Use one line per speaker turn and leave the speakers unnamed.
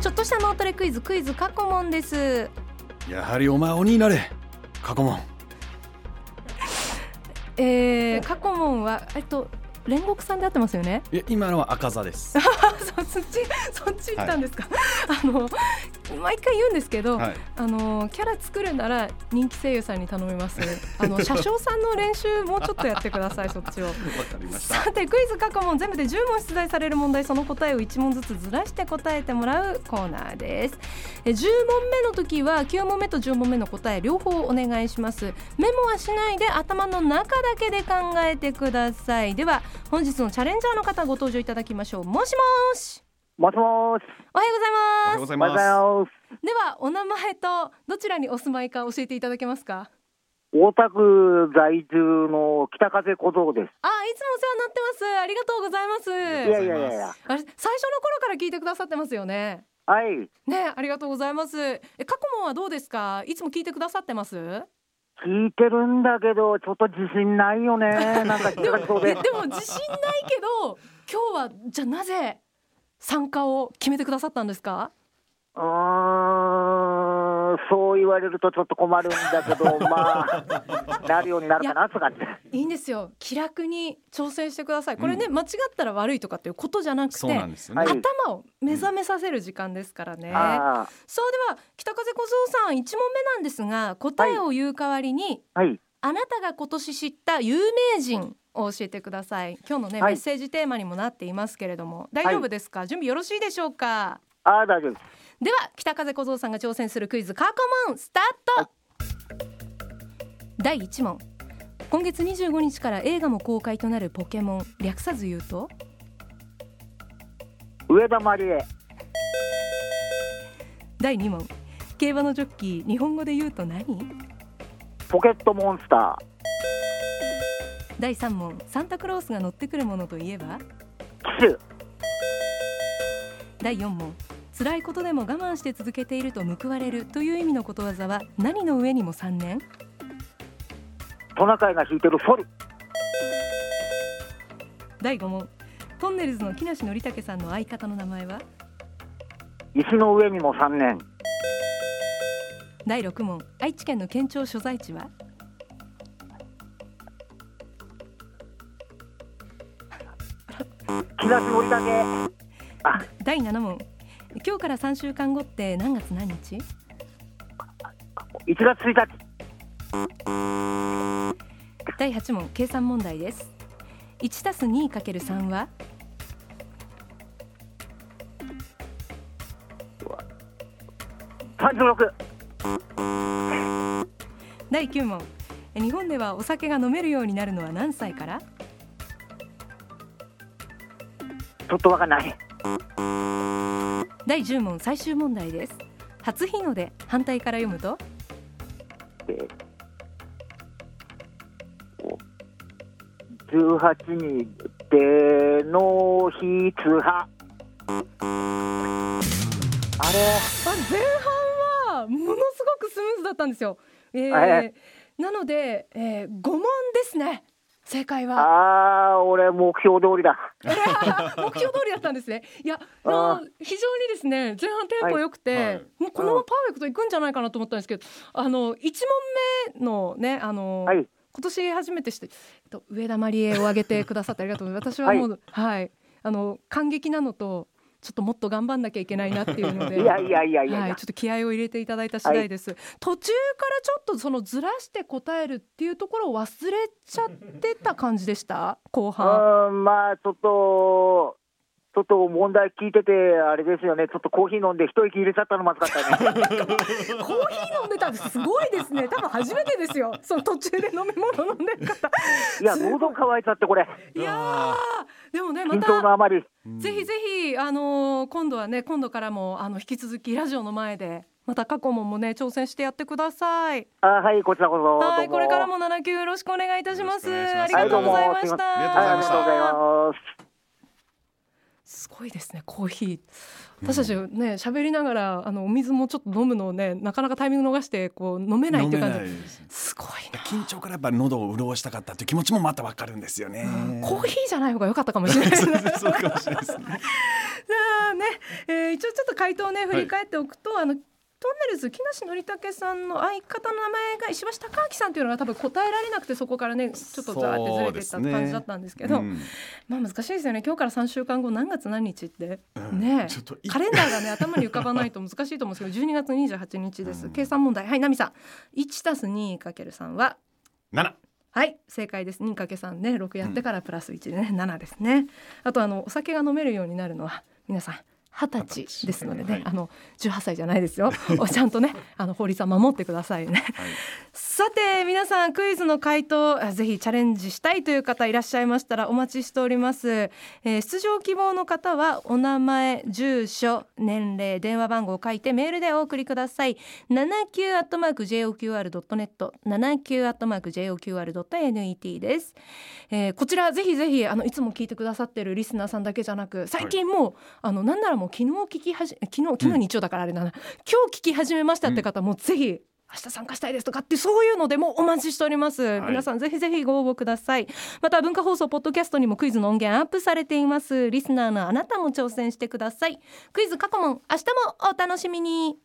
ちょっとした脳トレクイズクイズ過去問です
やはりお前鬼になれ過去問
えー、過去問はえっと煉獄さんで合ってますよね
いや今のは赤座です
そそっちそっち行ったんですか、あの毎回言うんですけど、
はい
あのキャラ作るなら人気声優さんに頼みますあ の車掌さんの練習もうちょっとやってくださいそっちを
わかりました
さてクイズ過去問全部で10問出題される問題その答えを1問ずつずらして答えてもらうコーナーですえ10問目の時は9問目と10問目の答え両方お願いしますメモはしないで頭の中だけで考えてくださいでは本日のチャレンジャーの方ご登場いただきましょうもしもーし
もしもーし。
おはようござい
おはよ
ま
うご
す
ざい
おはようご
ま
ざいます。
ではお名前とどちらにお住まいか教えていただけますか
大田区在住の北風小僧です。
あ、いつもお世話になってますありがとうございます
あ
い
りが
や
とう
い
ござい
やい
ます
やいや。
あれ最初の頃から聞いてくださってますよね
はい。
ね、ありがとうございます。え、過去問はどうですか。いつも聞いてくださってます。
聞いてるんだけど、ちょっと自信ないよね。 なんか引っかかりそう
え、
で。
でも自信ないけど、今日はじゃあなぜ参加を決めてくださったんですか。
うーん。そう言われるとちょっと困るんだけ ど、まあ、なるようになるかなって感じです。
いいんですよ。気楽に挑戦してください。これね、間違ったら悪いとかっていうことじゃなく
す
て。
そうなんですよね、
はい
頭を目覚めさせる時間ですからね、
あ
そうでは北風小僧さん一問目なんですが答えを言う代わりに、
あ。はい。
あなたが今年知った有名人を教えてください今日のね、
はい
メッセージテーマにもなっていますけれども大丈夫ですか、準備よろしいでしょうか
ああ、大丈夫です。
では北風小僧さんが挑戦するクイズカーコモンスタート、第1問今月25日から映画も公開となるポケモン略さず言うと
上田まりえ。
第2問競馬のジョッキー日本語で言うと何
ポケットモンスタ
第3問サンタクロースが乗ってくるものといえば
ー。騎手。
第4問辛いことでも我慢して続けていると報われるという意味のことわざは何の上にも3年
トナカイが引いてるソリ。
第5問トンネルズの木梨憲武さんの相方の名前は
石の上にも3年。
第6問愛知県の県庁所在地は
木梨森だけ。
第7問今日から3週間後って何月何日
1月1日。
第8問計算問題です1たす 2×3 は
36。
第9問日本ではお酒が飲めるようになるのは何歳から
ちょっとわかんない。
第10問最終問題です初日の出反対から読むと
って、こう18に出の日つは。あれ、
あ前半はものすごくスムーズだったんですよ。えー
は
なので、えー、5問ですね正解は。
ああ、俺目標通りだ。
目標通りだったんですね。いやあの
あ
非常にですね前半テンポ良くて、
はいはい
もうこのままパーフェクトいくんじゃないかなと思ったんですけどあの1問目のねあの、
はい、
今年初めてして、えっと、上田まりえを挙げてくださってありがとうございます私はもう、はいあの感激なのとちょっともっと頑張んなきゃいけないなっていうので。
いやいやいやいや
はいい、
や
ちょっと気合を入れていただいた次第です、途中からちょっとそのずらして答えるっていうところを忘れちゃってた感じでした後
う
半
ーん、まあ、ちょっと。ちょっと問題聞いてて、あれですよね、ちょっとコーヒー飲んで、一息入れちゃったのまずかった ね。
コーヒー飲んでたのすごいですね多分初めてですよその途中で飲み物飲んでる方
いや、喉乾いちゃって、これ、
いやー でもねま
緊張の
た
あまり、
ぜひぜひあのー今度はね今度からもあの引き続きラジオの前でまた過去問もね挑戦してやってください
あはい、こちらこそ、どうも。
はいこれからも7級よろしくお願いいたします
よろしくお願
あ
いし
り
ます
がとうございま
はいどうもすい
し
ませ
た
んありがとうございま
ありが
し
と
た
うございます。
すごいですねコーヒー私たちね喋りながらあのお水もちょっと飲むのをねなかなかタイミング逃してこう飲めない
飲
ってい
め
う
な
感
い
じ
です
すごいな
緊張からやっぱ喉を潤したかったという気持ちもまたわかるんですよね。
コー ヒーじゃない方が良かったかもしれないですね
そうかもしれないですね。
ね、えー一応ちょっと帰回答をね振り返っておくと、あのトンネルズ木梨憲武さんの相方の名前が石橋貴明さんっていうのが多分答えられなくてそこからねちょっとザーってずれてった
そうですね
感じだったんですけど
うん
まあ難しいですよね今日から3週間後何月何日って、
うん
ね
ちょっと
え
い
カレンダーがね頭に浮かばないと難しいと思うんですけど12月28日です、
うん
計算問題はいナミさん1たす 2×3 は
七。
はい正解です 2×3 ね6やってからプラス1でね、7ですねあとあのお酒が飲めるようになるのは皆さん二十歳
二十歳
ですのでね、
はい
あの18歳じゃないですよおちゃんとねあの法律は守ってくださいね
はい
さて皆さんクイズの回答あぜひチャレンジしたいという方いらっしゃいましたらお待ちしております、えー出場希望の方はお名前住所年齢電話番号を書いてメールでお送りください79 at mark joqr.net 79 at mark joqr.net です、えーこちらぜひぜひあのいつも聞いてくださってるリスナーさんだけじゃなく最近もう、あのなんならもう昨日聞きはじ昨日昨日日曜だからあれだな、今日聞き始めましたって方もぜひ明日参加したいですとかってそういうのでもお待ちしております、
い
皆さんぜひぜひご応募くださいまた文化放送ポッドキャストにもクイズの音源アップされていますリスナーのあなたも挑戦してくださいクイズ過去問明日もお楽しみに